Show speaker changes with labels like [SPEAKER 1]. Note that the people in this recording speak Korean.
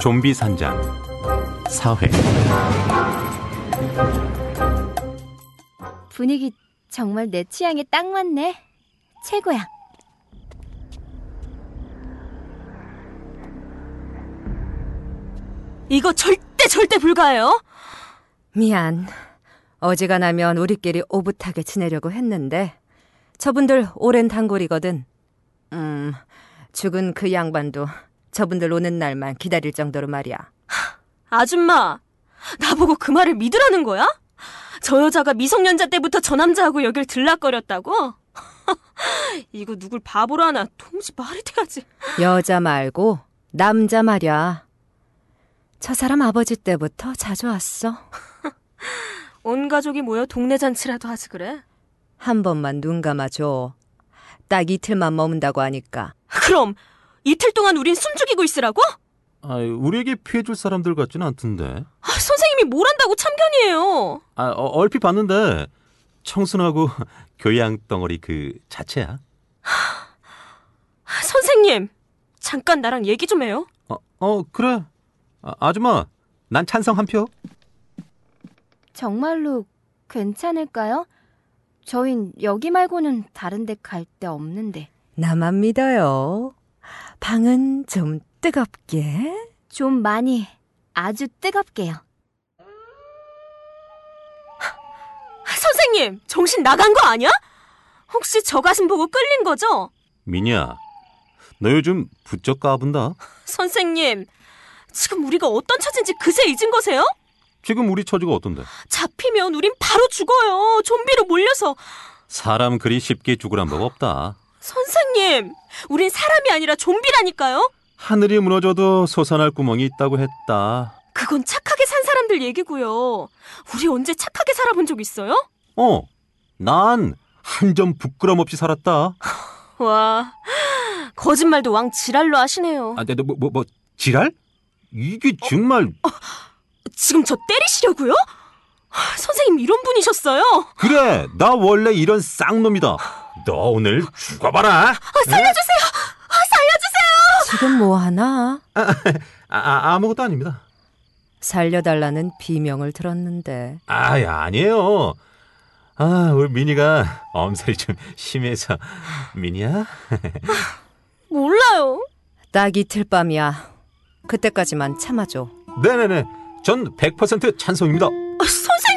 [SPEAKER 1] 좀비 산장 사회
[SPEAKER 2] 분위기 정말 내 취향에 딱 맞네. 최고야.
[SPEAKER 3] 이거 절대 절대 불가해요.
[SPEAKER 4] 미안. 어지간하면 우리끼리 오붓하게 지내려고 했는데 저분들 오랜 단골이거든. 음, 죽은 그 양반도 저분들 오는 날만 기다릴 정도로 말이야.
[SPEAKER 3] 아줌마, 나보고 그 말을 믿으라는 거야? 저 여자가 미성년자 때부터 저 남자하고 여길 들락거렸다고? 이거 누굴 바보로 하나 통시 말이 돼야지.
[SPEAKER 4] 여자 말고 남자 말이야. 저 사람 아버지 때부터 자주 왔어.
[SPEAKER 3] 온 가족이 모여 동네 잔치라도 하지 그래?
[SPEAKER 4] 한 번만 눈 감아줘. 딱 이틀만 머문다고 하니까.
[SPEAKER 3] 그럼 이틀 동안 우린 숨죽이고 있으라고?
[SPEAKER 1] 아, 우리에게 피해줄 사람들 같진 않던데
[SPEAKER 3] 아, 선생님이 뭘 한다고 참견이에요.
[SPEAKER 1] 아, 어, 얼핏 봤는데 청순하고 교양 덩어리 그 자체야
[SPEAKER 3] 아, 선생님, 잠깐 나랑 얘기 좀 해요.
[SPEAKER 1] 어, 어 그래 아, 아줌마 난 찬성 한표
[SPEAKER 2] 정말로 괜찮을까요? 저흰 여기 말고는 다른 데 갈 데 없는데.
[SPEAKER 4] 나만 믿어요. 방은 좀 뜨겁게.
[SPEAKER 2] 좀 많이, 아주 뜨겁게요.
[SPEAKER 3] 아, 선생님, 정신 나간 거 아니야? 혹시 저 가슴 보고 끌린 거죠?
[SPEAKER 1] 미니야 너 요즘 부쩍 까분다
[SPEAKER 3] 선생님, 지금 우리가 어떤 처지인지 그새 잊은 거세요?
[SPEAKER 1] 지금 우리 처지가 어떤데
[SPEAKER 3] 잡히면 우린 바로 죽어요. 좀비로 몰려서.
[SPEAKER 1] 사람 그리 쉽게 죽으란 법 없다
[SPEAKER 3] 선생님, 우린 사람이 아니라 좀비라니까요?
[SPEAKER 1] 하늘이 무너져도 솟아날 구멍이 있다고 했다
[SPEAKER 3] 그건 착하게 산 사람들 얘기고요. 우리 언제 착하게 살아본 적 있어요?
[SPEAKER 1] 어, 난 한 점 부끄럼 없이 살았다.
[SPEAKER 3] 와, 거짓말도 왕 지랄로 하시네요.
[SPEAKER 1] 아, 근데 뭐, 뭐, 뭐, 지랄? 이게 정말
[SPEAKER 3] 지금 저 때리시려고요? 하, 선생님 이런 분이셨어요?
[SPEAKER 1] 그래. 나 원래 이런 쌍놈이다. 너 오늘 죽어봐라.
[SPEAKER 3] 살려주세요! 아, 살려주세요!
[SPEAKER 4] 지금 뭐 하나?
[SPEAKER 1] 아, 아, 아무것도 아닙니다.
[SPEAKER 4] 살려달라는 비명을 들었는데
[SPEAKER 1] 아, 야, 아니에요. 아, 우리 미니가 엄살이 좀 심해서 미니야.
[SPEAKER 3] 몰라요.
[SPEAKER 4] 딱 이틀 밤이야. 그때까지만 참아줘.
[SPEAKER 1] 네네네. 전 100% 찬성입니다.
[SPEAKER 3] 아, 선생님!